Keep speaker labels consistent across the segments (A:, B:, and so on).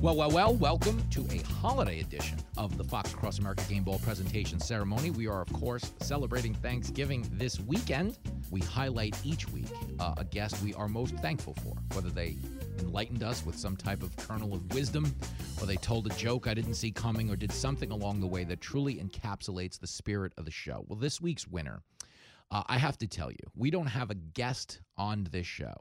A: Well, well, well, welcome to a holiday edition of the Fox Across America Game Ball presentation ceremony. We are, of course, celebrating Thanksgiving this weekend. We highlight each week uh, a guest we are most thankful for, whether they enlightened us with some type of kernel of wisdom, or they told a joke I didn't see coming, or did something along the way that truly encapsulates the spirit of the show. Well, this week's winner, uh, I have to tell you, we don't have a guest on this show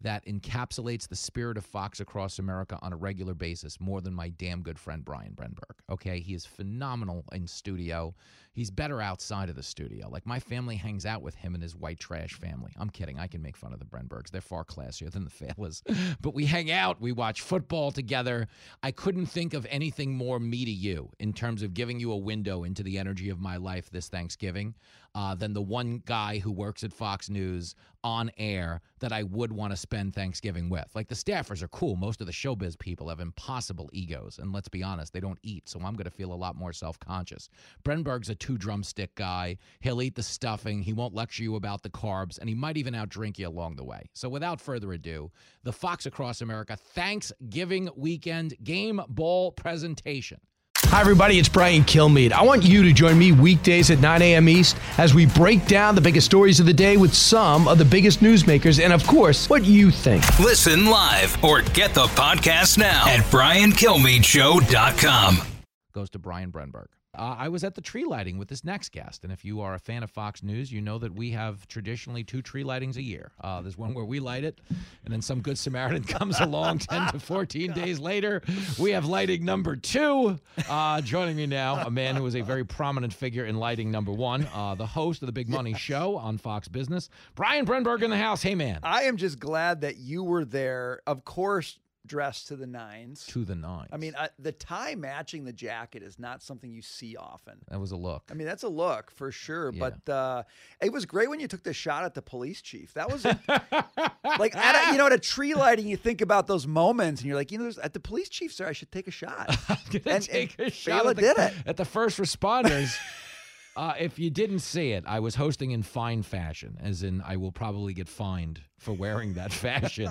A: that encapsulates the spirit of Fox across America on a regular basis more than my damn good friend Brian Brenberg. Okay, he is phenomenal in studio. He's better outside of the studio. Like my family hangs out with him and his white trash family. I'm kidding. I can make fun of the Brenbergs. They're far classier than the Falas. But we hang out, we watch football together. I couldn't think of anything more me to you in terms of giving you a window into the energy of my life this Thanksgiving uh, than the one guy who works at Fox News on air that I would want to spend Thanksgiving with. Like the staffers are cool. Most of the showbiz people have impossible egos. And let's be honest, they don't eat. So I'm going to feel a lot more self conscious. Brenberg's a two drumstick guy. He'll eat the stuffing. He won't lecture you about the carbs. And he might even outdrink you along the way. So without further ado, the Fox Across America Thanksgiving weekend game ball presentation.
B: Hi, everybody. It's Brian Kilmeade. I want you to join me weekdays at 9 a.m. East as we break down the biggest stories of the day with some of the biggest newsmakers and, of course, what you think.
C: Listen live or get the podcast now at BrianKilmeadShow.com.
A: goes to Brian Brenberg. Uh, I was at the tree lighting with this next guest, and if you are a fan of Fox News, you know that we have traditionally two tree lightings a year. Uh, there's one where we light it, and then some good Samaritan comes along 10 to 14 days later. We have lighting number two. Uh, joining me now, a man who is a very prominent figure in lighting number one, uh, the host of the Big Money Show on Fox Business, Brian Brenberg in the house. Hey, man.
D: I am just glad that you were there. Of course, dressed to the nines.
A: to the nine.
D: I mean, I, the tie matching the jacket is not something you see often.
A: that was a look.
D: I mean, that's a look for sure. But uh, it was great when you took the shot at the police chief. That was a, like, at a, you know, at a tree lighting, you think about those moments, and you're like, you know, there's, at the police chief's there, I should take a shot.
A: gonna
D: And-
A: take
D: and
A: a shot
D: Bela
A: at the,
D: did it.
A: at the first responders. uh, if you didn't see it, I was hosting in fine fashion, as in I will probably get fined for wearing that fashion.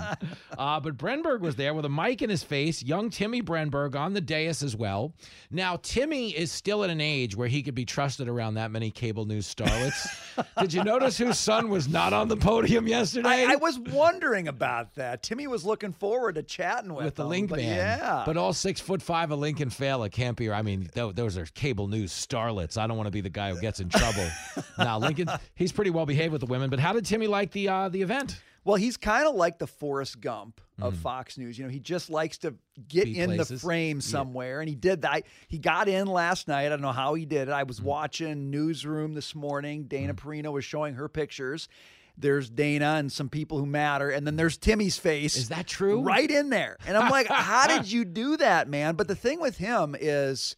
A: uh, but Brenberg was there with a mic in his face, young Timmy Brenberg on the dais as well. Now, Timmy is still at an age where he could be trusted around that many cable news starlets. Did you notice whose son was not on the podium yesterday?
D: I, I was wondering about that. Timmy was looking forward to chatting with
A: with the
D: him,
A: link
D: Um, but
A: man.
D: Yeah,
A: But all six foot five of Lincoln Fela can't be. I mean, tho- those are cable news starlets. I don't want to be the guy who gets in trouble. now Lincoln, he's pretty well behaved with the women. But how did Timmy like the uh, the event?
D: Well, he's kind of like the Forrest Gump of Fox News. You know, he just likes to get
A: Mm-hmm. Be
D: in
A: places.
D: the frame somewhere, and he did that. He got in last night. I don't know how he did it. I
A: Mm-hmm.
D: was watching Newsroom this morning. Dana Perino was showing her pictures. There's Dana and some people who matter, and then there's Timmy's face.
A: Is that true?
D: Right in there. And I'm like, how did you do that, man? But the thing with him is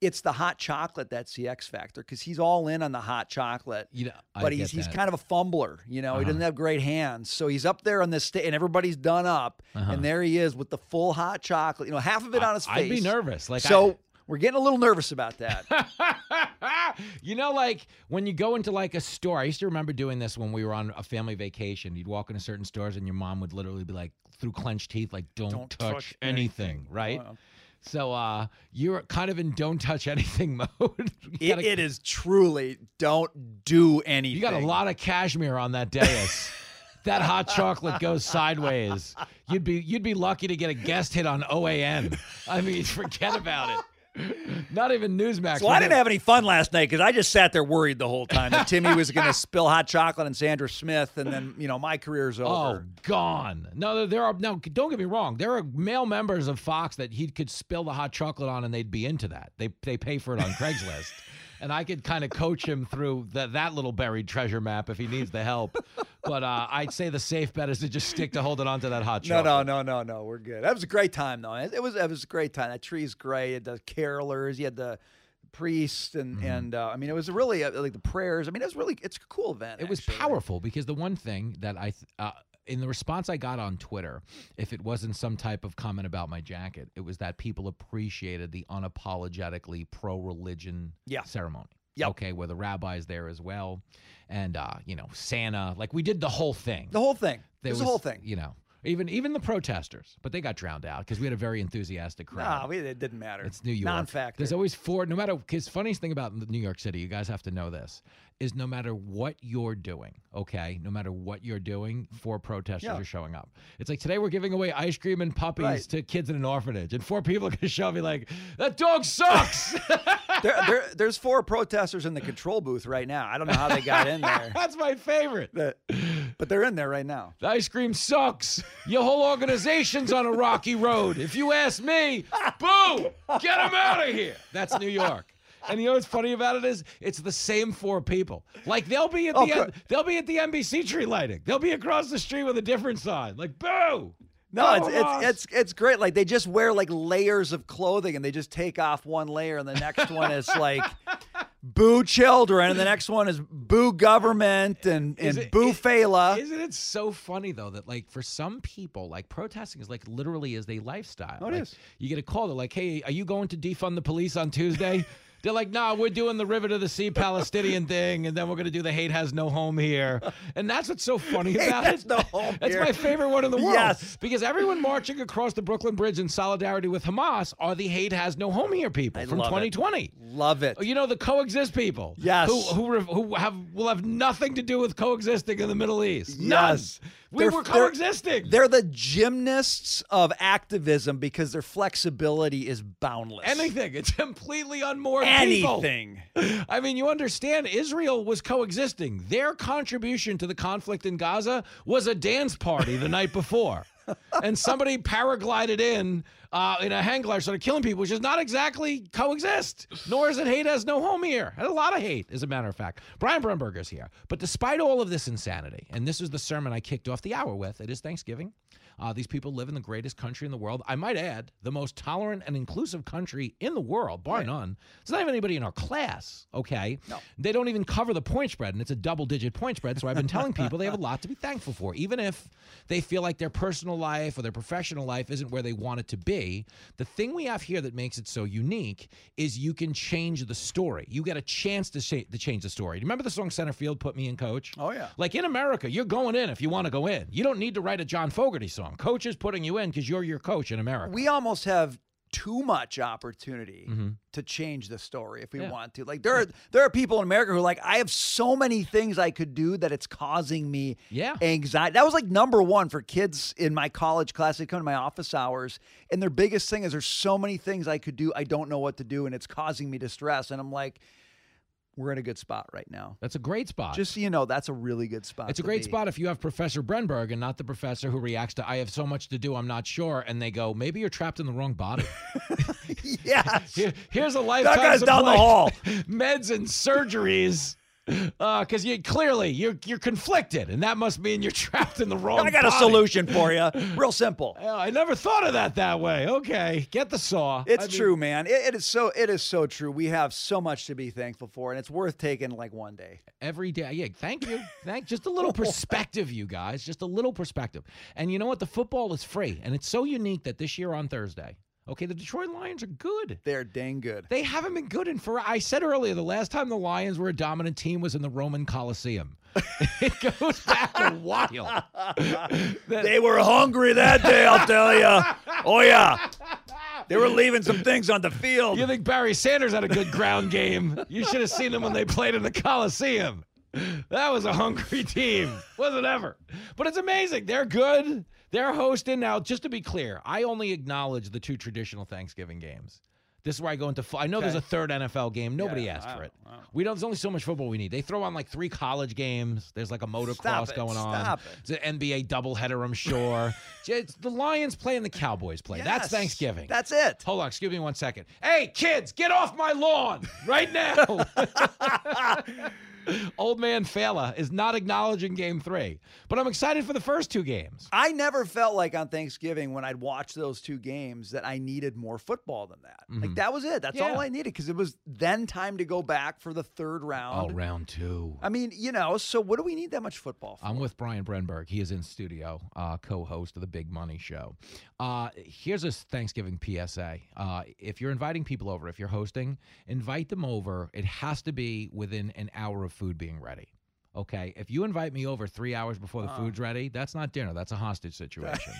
D: it's the hot chocolate that's the X factor because he's all in on the hot chocolate.
A: You know, I
D: but
A: get
D: he's he's
A: that. Uh-huh.
D: kind of a fumbler. You know, he doesn't have great hands, so he's up there on this stage, and everybody's done up, and there he is with the full hot chocolate. You know, half of it on his face.
A: Uh-huh. I'd be nervous, like,
D: so.
A: I-
D: we're getting a little nervous about that.
A: you know, like when you go into like a store. I used to remember doing this when we were on a family vacation. You'd walk into certain stores, and your mom would literally be like, through clenched teeth, like, "Don't, touch, anything," right? So uh, you're kind of in don't touch anything mode. you,
D: It,
A: got a,
D: it is truly don't do anything.
A: you got a lot of cashmere on that dais. that hot chocolate goes sideways. You'd be you'd be lucky to get a guest hit on OAN. I mean, forget about it. Not even Newsmax.
D: So I didn't have any fun last night because I just sat there worried the whole time that Timmy was going to spill hot chocolate and Sandra Smith, and then you know my career's
A: Oh,
D: over.
A: gone. No, there- there are no. Don't get me wrong. There are male members of Fox that he could spill the hot chocolate on, and they'd be into that. They they pay for it on Craigslist, and I could kind of coach him through that that little buried treasure map if he needs the help. but uh, I'd say the safe bet is to just stick to holding on to that hot
D: no,
A: chocolate.
D: no, no, no, no. We're good. That was a great time though. It, it was it was a great time. That tree's great. You had the carolers. You had the priest, and
A: Mm-hmm.
D: and uh, I mean it was really uh, like the prayers. I mean it was really it's a cool event.
A: It was
D: actually.
A: powerful because the one thing that I, th- uh, in the response I got on Twitter, if it wasn't some type of comment about my jacket, it was that people appreciated the unapologetically pro religion
D: Yeah.
A: ceremony.
D: Yep.
A: Okay, where the rabbi's there as well. And, uh, you know, Santa, like we did the whole thing.
D: The whole thing. It
A: There
D: was, the whole thing.
A: You know, even even the protesters, but they got drowned out because we had a very enthusiastic crowd.
D: Nah, Ah, we, it didn't matter.
A: It's New York.
D: Non-factor.
A: There's always four, no matter, because funniest thing about New York City, you guys have to know this, is no matter what you're doing, okay, no matter what you're doing, four protesters
D: Yeah.
A: are showing up. It's like today we're giving away ice cream and puppies
D: Right.
A: to kids in an orphanage, and four people are going to show up and be like, that dog sucks.
D: there, there, there's four protesters in the control booth right now. I don't know how they got in there,
A: That's my favorite.
D: but, but they're in there right now.
A: The ice cream sucks. Your whole organization's on a rocky road. If you ask me, boo, get them out of here. That's New York. And you know what's funny about it is it's the same four people. Like they'll be at the
D: Oh,
A: N-
D: good.
A: they'll be at the NBC tree lighting. They'll be across the street with a different sign. Like boo.
D: No,
A: Boo
D: it's,
A: us.
D: it's it's it's great. Like they just wear like layers of clothing, and they just take off one layer, and the next one is like boo children, and the next one is boo government, and and
A: Is it-
D: boo
A: is-
D: Fela.
A: Isn't it so funny though that like for some people, like protesting is like literally is a lifestyle.
D: Oh, it
A: Like,
D: is.
A: You get a call, they're like, Hey, are you going to defund the police on Tuesday? They're like, nah, we're doing the River to the Sea Palestinian thing, and then we're gonna do the hate has no home here. And that's what's so funny about
D: has
A: it.
D: no home
A: that's
D: here.
A: my favorite one in the world.
D: Yes.
A: Because everyone marching across the Brooklyn Bridge in solidarity with Hamas are the hate has no home here people
D: I
A: from
D: love it.
A: twenty twenty.
D: Love it.
A: Oh, You know the coexist people.
D: Yes.
A: Who who re- who have will have nothing to do with coexisting in the Middle East.
D: Yes.
A: None. We
D: They're-
A: were
D: they're-
A: coexisting.
D: They're the gymnasts of activism because their flexibility is boundless.
A: Anything. It's completely unmoored
D: Anything.
A: people. I mean, you understand Israel was coexisting. Their contribution to the conflict in Gaza was a dance party the night before. and somebody paraglided in uh, in a hang glider, started killing people, which is not exactly coexist. Nor is it hate has no home here. And a lot of hate, as a matter of fact. Brian Brumberger's here. But despite all of this insanity, and this is the sermon I kicked off the hour with, it is Thanksgiving. Uh, these people live in the greatest country in the world. I might add, the most tolerant and inclusive country in the world, bar none. It's not even anybody in our class, okay? No. They don't even cover the point spread, and it's a double digit point spread. So I've been telling people they have a lot to be thankful for, even if they feel like their personal life or their professional life isn't where they want it to be. The thing we have here that makes it so unique is you can change the story. You get a chance to, sha- to change the story. Remember the song Center Field, Put Me in Coach?
D: Oh, yeah.
A: Like in America, you're going in if you want to go in. You don't need to write a John Fogerty song. Coach is putting you in because you're your coach in America.
D: we almost have too much opportunity
A: Mhm.
D: to change the story if we
A: Yeah.
D: want to. Like there are there are people in America who are like I have so many things I could do that it's causing me
A: Yeah.
D: anxiety. That was like number 1 for kids in my college class. They come to my office hours and their biggest thing is there's so many things I could do I don't know what to do and it's causing me distress and I'm like we're in a good spot right now.
A: That's a great spot.
D: Just so you know, that's a really good spot.
A: it's a
D: to
A: great
D: be.
A: spot if you have Professor Brenberg and not the professor who reacts to "I have so much to do, I'm not sure," and they go, "Maybe you're trapped in the wrong body."
D: Yes.
A: Here- here's a lifetime
D: guy's
A: supply
D: down the hall.
A: meds and surgeries. Because you clearly you're you're conflicted, and that must mean you're trapped in the wrong.
D: I got a
A: body.
D: solution for you. Real simple.
A: Oh, I never thought of that that way. Okay, get the saw.
D: It's
A: I mean-
D: true, man. It, it is so it is so true. We have so much to be thankful for, and it's worth taking like one day.
A: every day. Yeah, thank you. Thank just a little perspective, you guys. Just a little perspective. And you know what? The football is free, and it's so unique that this year on Thursday, okay, the Detroit Lions are good.
D: They're dang good.
A: They haven't been good in for. I said earlier the last time the Lions were a dominant team was in the Roman Coliseum. it goes back a while.
D: They were hungry that day, I'll tell you. Oh yeah, They were leaving some things on the field.
A: You think Barry Sanders had a good ground game? You should have seen him when they played in the Coliseum. That was a hungry team, was it ever? But it's amazing. They're good. They're hosting now. Just to be clear, I only acknowledge the two traditional Thanksgiving games. This is where I go into. Fu- I know there's a third NFL game. Nobody asked for it. We don't. There's only so much football we need. They throw on like three college games. There's like a motocross
D: it,
A: going on.
D: stop
A: It's an NBA doubleheader, I'm sure. it's the Lions play and the Cowboys play. That's
D: Yes.
A: Thanksgiving.
D: That's it.
A: Hold on, excuse me one second. Hey, kids, get off my lawn right now. Old man Fela is not acknowledging game three, but I'm excited for the first two games.
D: I never felt like on Thanksgiving when I'd watch those two games that I needed more football than that. Like that was it. That's
A: Mm-hmm. Yeah.
D: all I needed because it was then time to go back for the third
A: Oh,
D: round.
A: round two.
D: I mean, you know, so what do we need that much football for?
A: I'm with Brian Brenberg. He is in studio, uh, co-host of the Big Money Show. Uh, here's a Thanksgiving PSA: uh, If you're inviting people over, if you're hosting, invite them over. It has to be within an hour of food being ready. Okay, if you invite me over three hours before
D: Uh.
A: the food's ready, that's not dinner. That's a hostage situation.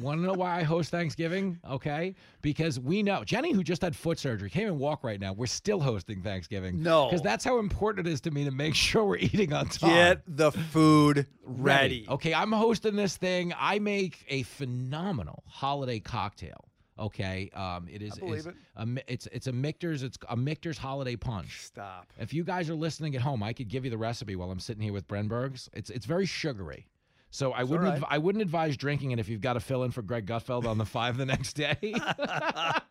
A: Want to know why I host Thanksgiving? Okay, because we know Jenny, who just had foot surgery, can't even walk right now. We're still hosting Thanksgiving.
D: No.
A: because that's how important it is to me to make sure we're eating on time
D: Get the food ready.
A: Okay, I'm hosting this thing. I make a phenomenal holiday cocktail. Okay, um, it is.
D: believe
A: is
D: it.
A: A, mi- it's it's a Michter's. It's a Michter's holiday punch.
D: Stop.
A: If you guys are listening at home, I could give you the recipe while I'm sitting here with Brenberg's. It's it's very sugary. So I wouldn't
D: all right.
A: adv- I wouldn't advise drinking it if you've got to fill in for Greg Gutfeld on the five the next day.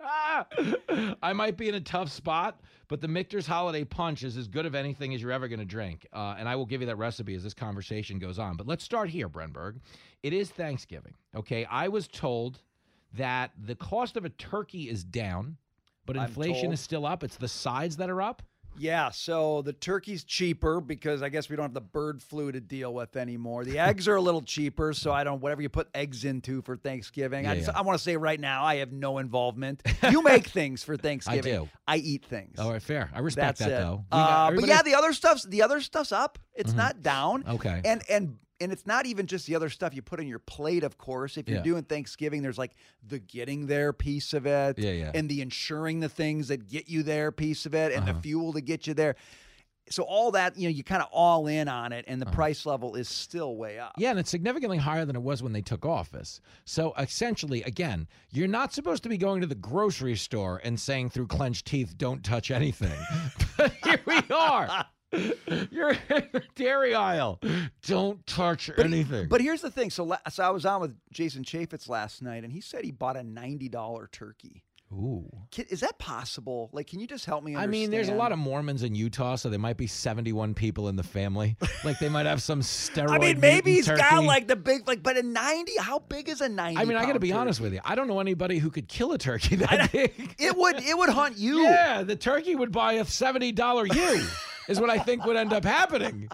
A: I might be in a tough spot, but the Michter's Holiday Punch is as good of anything as you're ever going to drink. Uh, and I will give you that recipe as this conversation goes on. But let's start here, Brenberg. It is Thanksgiving. Okay, I was told that the cost of a turkey is down, but
D: I'm
A: inflation
D: told.
A: is still up. It's the sides that are up.
D: Yeah, so the turkey's cheaper because I guess we don't have the bird flu to deal with anymore. The eggs are a little cheaper, so I don't whatever you put eggs into for Thanksgiving. I,
A: Yeah,
D: just,
A: yeah.
D: I want to say right now I have no involvement. You make things for Thanksgiving.
A: do.
D: I eat things.
A: All right, fair. I respect
D: That's
A: that
D: it.
A: though. We got-
D: Uh, but
A: everybody- Mm-hmm.
D: yeah, the other stuff's the other stuff's up. It's not down.
A: Okay.
D: And and and it's not even just the other stuff you put in your plate. Of course, if you're
A: Yeah.
D: doing Thanksgiving, there's like the getting there piece of it.
A: Yeah, yeah.
D: And the insuring the things that get you there piece of it, and
A: Uh-huh.
D: the fuel to get you there. So all that you know, you kind of all in on it, and the price level is still way up.
A: Uh-huh. Yeah, and it's significantly higher than it was when they took office. So essentially, again, you're not supposed to be going to the grocery store and saying through clenched teeth, don't touch anything. but here we are. You're in the dairy aisle. Don't touch anything.
D: But here's the thing. So, la- so I was on with Jason Chaffetz last night, and he said he bought a ninety dollar turkey.
A: Ooh.
D: Can, is that possible? Like, can you just help me?
A: I
D: Understand?
A: mean, there's a lot of Mormons in Utah, so there might be 71 people in the family. Like they might have some steroid.
D: I mean, maybe
A: mutant
D: he's got
A: turkey.
D: like the big, like, but a 90, how big is a 90?
A: I mean, I got to
D: pound
A: be honest
D: turkey?
A: with you. I don't know anybody who could kill a turkey that big.
D: It would, it would hunt you.
A: Yeah, the turkey would buy a seventy dollar you is what I think would end up happening.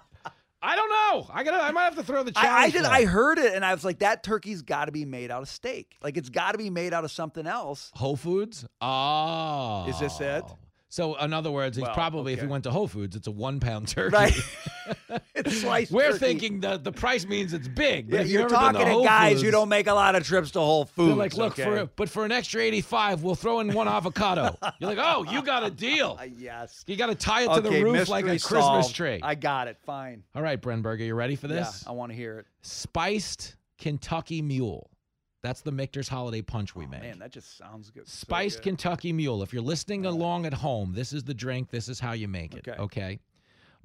A: I don't know. I gotta. I might have to throw the challenge.
D: I, I did.
A: for
D: I
A: that.
D: heard it, and I was like, "That turkey's got to be made out of steak. Like, it's got to be made out of something else."
A: Whole Foods. Oh,
D: Is this it?
A: So, in other words, it's
D: Well,
A: probably if you
D: okay.
A: went to Whole Foods, it's a one pound turkey.
D: Right? it's sliced.
A: We're
D: turkey.
A: thinking the the price means it's big. But
D: Yeah,
A: if
D: you're
A: you've ever been
D: talking to
A: Whole
D: guys who
A: Foods,
D: don't make a lot of trips to Whole Foods.
A: They're like, look
D: okay?
A: for it, but for an extra eighty five, we'll throw in one avocado. You're like, oh, you got a deal.
D: Uh, yes.
A: You got to tie it to
D: okay,
A: the roof like a
D: mystery
A: Christmas
D: solved.
A: tree.
D: I got it. Fine.
A: All right, Brenberg, are you ready for this?
D: Yeah, I want to hear it.
A: spiced Kentucky Mule. That's the Michter's holiday punch we make.
D: Oh, Man, that just sounds good. so
A: Spiced
D: good.
A: Kentucky Mule. If you're listening along at home, this is the drink. This is how you make it.
D: Okay.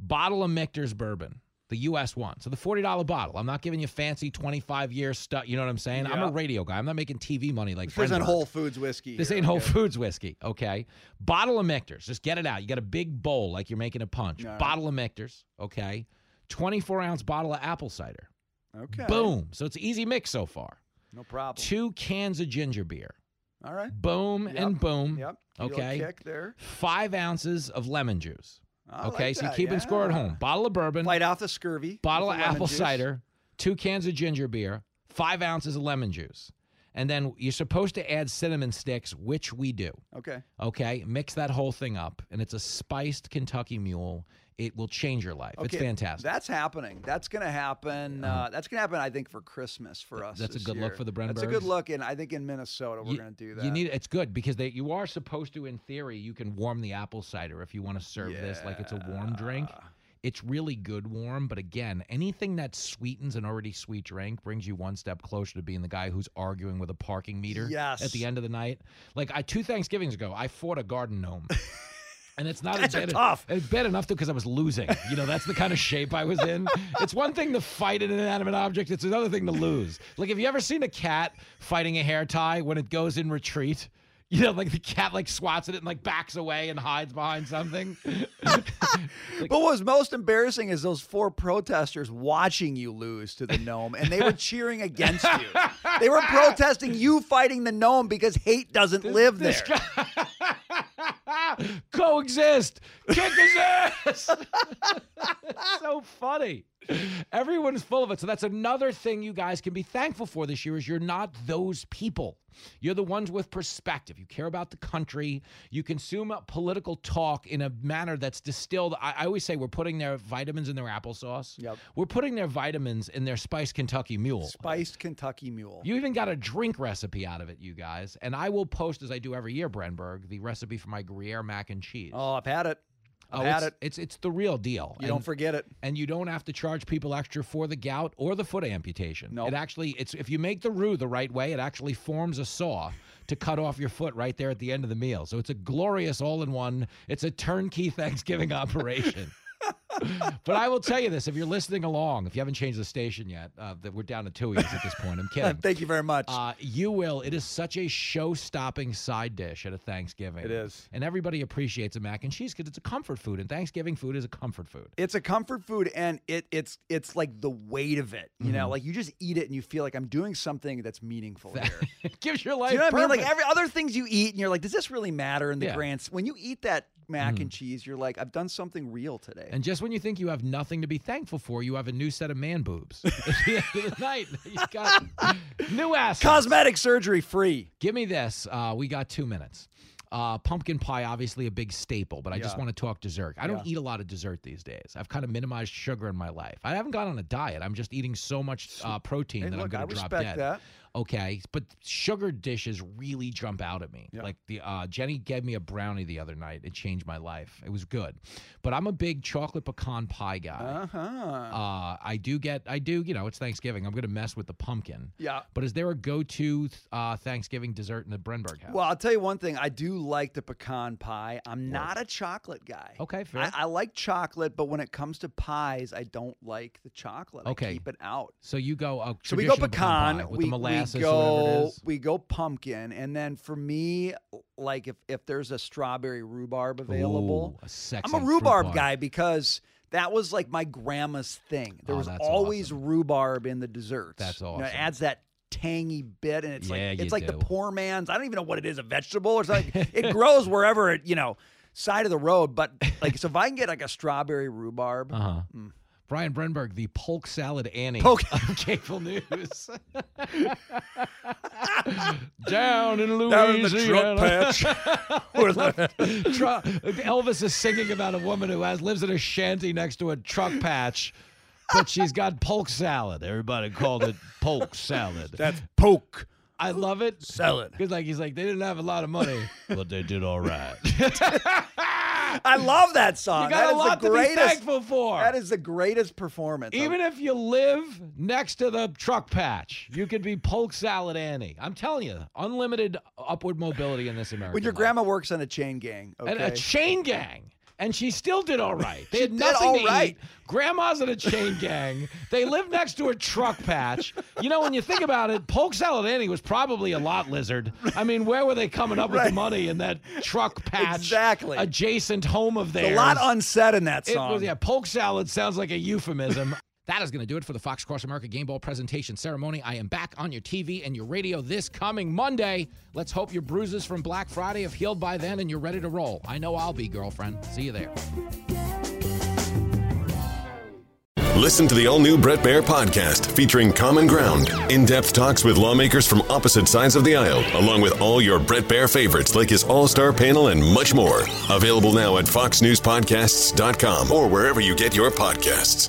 A: Bottle of Michter's bourbon, the U.S. one. So the forty dollar bottle. I'm not giving you fancy twenty five year stuff. You know what I'm saying? I'm a
D: Yeah.
A: radio guy. I'm not making TV money like
D: This isn't
A: Brenberg.
D: Whole Foods whiskey.
A: This
D: here,
A: ain't Whole
D: okay?
A: Foods whiskey, okay? Bottle of Michter's. Just get it out. You got a big bowl like you're making a punch.
D: All right.
A: Bottle of Michter's, okay? 24 ounce bottle of apple cider.
D: Okay.
A: Boom. So it's easy mix so far.
D: No problem.
A: Two cans of ginger beer.
D: All right.
A: Boom
D: Yep.
A: and boom.
D: Yep. You little
A: Okay.
D: Kick there.
A: Five ounces of lemon juice.
D: I
A: okay.
D: like
A: so you're
D: that,
A: keeping score at
D: yeah.
A: home. Bottle of bourbon,
D: Fight off the scurvy.
A: bottle
D: with
A: of
D: the lemon
A: apple
D: juice.
A: cider, two cans of ginger beer, five ounces of lemon juice. and then you're supposed to add cinnamon sticks, which we do.
D: Okay.
A: Okay, mix that whole thing up, and it's a spiced Kentucky Mule. It will change your life. It's fantastic. Uh-huh.
D: That's happening. That's going to happen. Uh, that's going to happen. I think for Christmas for us.
A: that's a
D: this
A: good look
D: year.
A: for the
D: That's a good
A: Brennbergs.
D: look, and I think in Minnesota we're
A: You-
D: going to do that.
A: You need it's good because they you are supposed to, in theory, you can warm the apple cider if you want to serve this like it's a warm drink. It's really good warm, but again, anything that sweetens an already sweet drink brings you one step closer to being the guy who's arguing with a parking meter at
D: Yes.
A: the end of the night. Like I two Thanksgivings ago, I fought a garden gnome. And it's not
D: That's a
A: as bad,
D: tough.
A: It's bad enough because I was losing. You know, that's the kind of shape I was in. It's one thing to fight an inanimate object. It's another thing to lose. Like, have you ever seen a cat fighting a hair tie when it goes in retreat? You know, like the cat like swats at it and like backs away and hides behind something.
D: But what was most embarrassing is those four protesters watching you lose to the gnome, and they were cheering against you. They were protesting you fighting the gnome because hate doesn't live there.
A: This guy- Coexist. Kick his ass. so funny. Everyone's full of it. So that's another thing you guys can be thankful for this year is you're not those people. You're the ones with perspective. You care about the country. You consume uh, political talk in a manner that's distilled. I, I always say we're putting their vitamins in their applesauce.
D: Yep.
A: We're putting their vitamins in their spiced Kentucky mule.
D: Spiced Kentucky Mule.
A: You even got a drink recipe out of it, you guys. And I will post, as I do every year, Brenberg, the recipe for my Gruyere mac and cheese.
D: oh, I've had it. I've
A: Oh,
D: had
A: it's,
D: it.
A: It's, it's the real deal.
D: You
A: and,
D: don't forget it.
A: and you don't have to charge people extra for the gout or the foot amputation.
D: Nope.
A: It actually, it's if you make the roux the right way, it actually forms a saw to cut off your foot right there at the end of the meal. So it's a glorious all-in-one. It's a turnkey Thanksgiving operation. but I will tell you this: if you're listening along, if you haven't changed the station yet, uh, that we're down to two ears at this point. I'm kidding.
D: Thank you very much.
A: Uh, you will. It is such a show-stopping side dish at a Thanksgiving.
D: It is.
A: and everybody appreciates a mac and cheese because it's a comfort food, and Thanksgiving food is a comfort food.
D: it's a comfort food and it it's it's like the weight of it. You
A: Mm-hmm.
D: know, like you just eat it and you feel like I'm doing something that's meaningful here.
A: It gives your life.
D: Do you know what I mean?
A: purpose.
D: Like every other things you eat, and you're like, does this really matter in the
A: Yeah. Mm.
D: grand? s- When you eat that mac and cheese, you're like, I've done something real today.
A: and just when you think you have nothing to be thankful for, you have a new set of man boobs. At the end of the night, you got new ass.
D: Cosmetic surgery free.
A: Give me this. Uh, we got two minutes. Uh, pumpkin pie, obviously a big staple, but I just want to talk dessert. I don't eat a lot of dessert these days. I've kind of minimized sugar in my life. I haven't gone on a diet. I'm just eating so much uh, protein
D: Hey,
A: that
D: look, I
A: I'm going to drop dead.
D: respect that.
A: Okay, but sugar dishes really jump out at me. Like the uh, Jenny gave me a brownie the other night. It changed my life. It was good. But I'm a big chocolate pecan pie guy.
D: Uh-huh.
A: Uh, I do get, I do, you know, it's Thanksgiving. I'm going to mess with the pumpkin.
D: Yeah.
A: But is there a go-to uh, Thanksgiving dessert in the Brenberg house?
D: Well, I'll tell you one thing. I do like the pecan pie. I'm not a chocolate guy.
A: Okay, fair.
D: I, I like chocolate, but when it comes to pies, I don't like the chocolate. I
A: Okay.
D: keep it out.
A: so you go. Uh,
D: So we go
A: traditional
D: pecan,
A: pie with
D: we,
A: the
D: we
A: molasses or whatever it
D: go
A: is.
D: we go pumpkin, and then for me, like if if there's a strawberry rhubarb available,
A: Ooh, a sexy
D: I'm a
A: fruit
D: rhubarb
A: bar.
D: guy because that was like my grandma's thing. There
A: Oh,
D: was
A: that's
D: always
A: awesome.
D: rhubarb in the desserts.
A: That's
D: You know,
A: awesome.
D: it adds that tangy bit, and it's
A: Yeah,
D: like
A: you
D: it's like the
A: do.
D: poor man's. I don't even know what it is—a vegetable or something. it grows wherever it you know side of the road. But like, so if I can get like a strawberry rhubarb,
A: Uh-huh. Brian Brenberg, the polk salad Annie
D: Hmm. Polk-
A: of Cable News. Down in
D: Down in
A: Louisiana.
D: the truck patch. Or the-
A: Tru- Elvis is singing about a woman who has lives in a shanty next to a truck patch, but she's got polk salad. Everybody called it polk salad.
D: that's poke.
A: I love it.
D: Salad.
A: Because like he's like they didn't have a lot of money, but they did all right.
D: I love that song.
A: you
D: Uh, That
A: got a
D: is
A: lot
D: the
A: to be
D: greatest,
A: thankful for.
D: That is the greatest performance.
A: Even if you live next to the truck patch, you could be polk salad Annie. I'm telling you, unlimited upward mobility in this American.
D: when your
A: life.
D: grandma works on a chain gang. Okay.
A: and a chain gang. And she still did all right. They had
D: did
A: nothing
D: all
A: to
D: right.
A: eat. Grandma's in a chain gang. They live next to a truck patch. You know, when you think about it, Polk Salad Annie was probably a lot lizard. I mean, where were they coming up with the money in that truck patch?
D: Exactly.
A: Adjacent home of theirs.
D: a lot unsaid in that
A: It
D: song.
A: was, yeah, polk salad sounds like a euphemism. that is going to do it for the Fox Cross America Game Ball presentation ceremony. I am back on your TV and your radio this coming Monday. Let's hope your bruises from Black Friday have healed by then and you're ready to roll. I know I'll be, girlfriend. See you there.
E: Listen to the all new Brett Baer podcast featuring Common Ground, in depth talks with lawmakers from opposite sides of the aisle, along with all your Brett Baer favorites like his all star panel and much more. Available now at foxnewspodcasts.com or wherever you get your podcasts.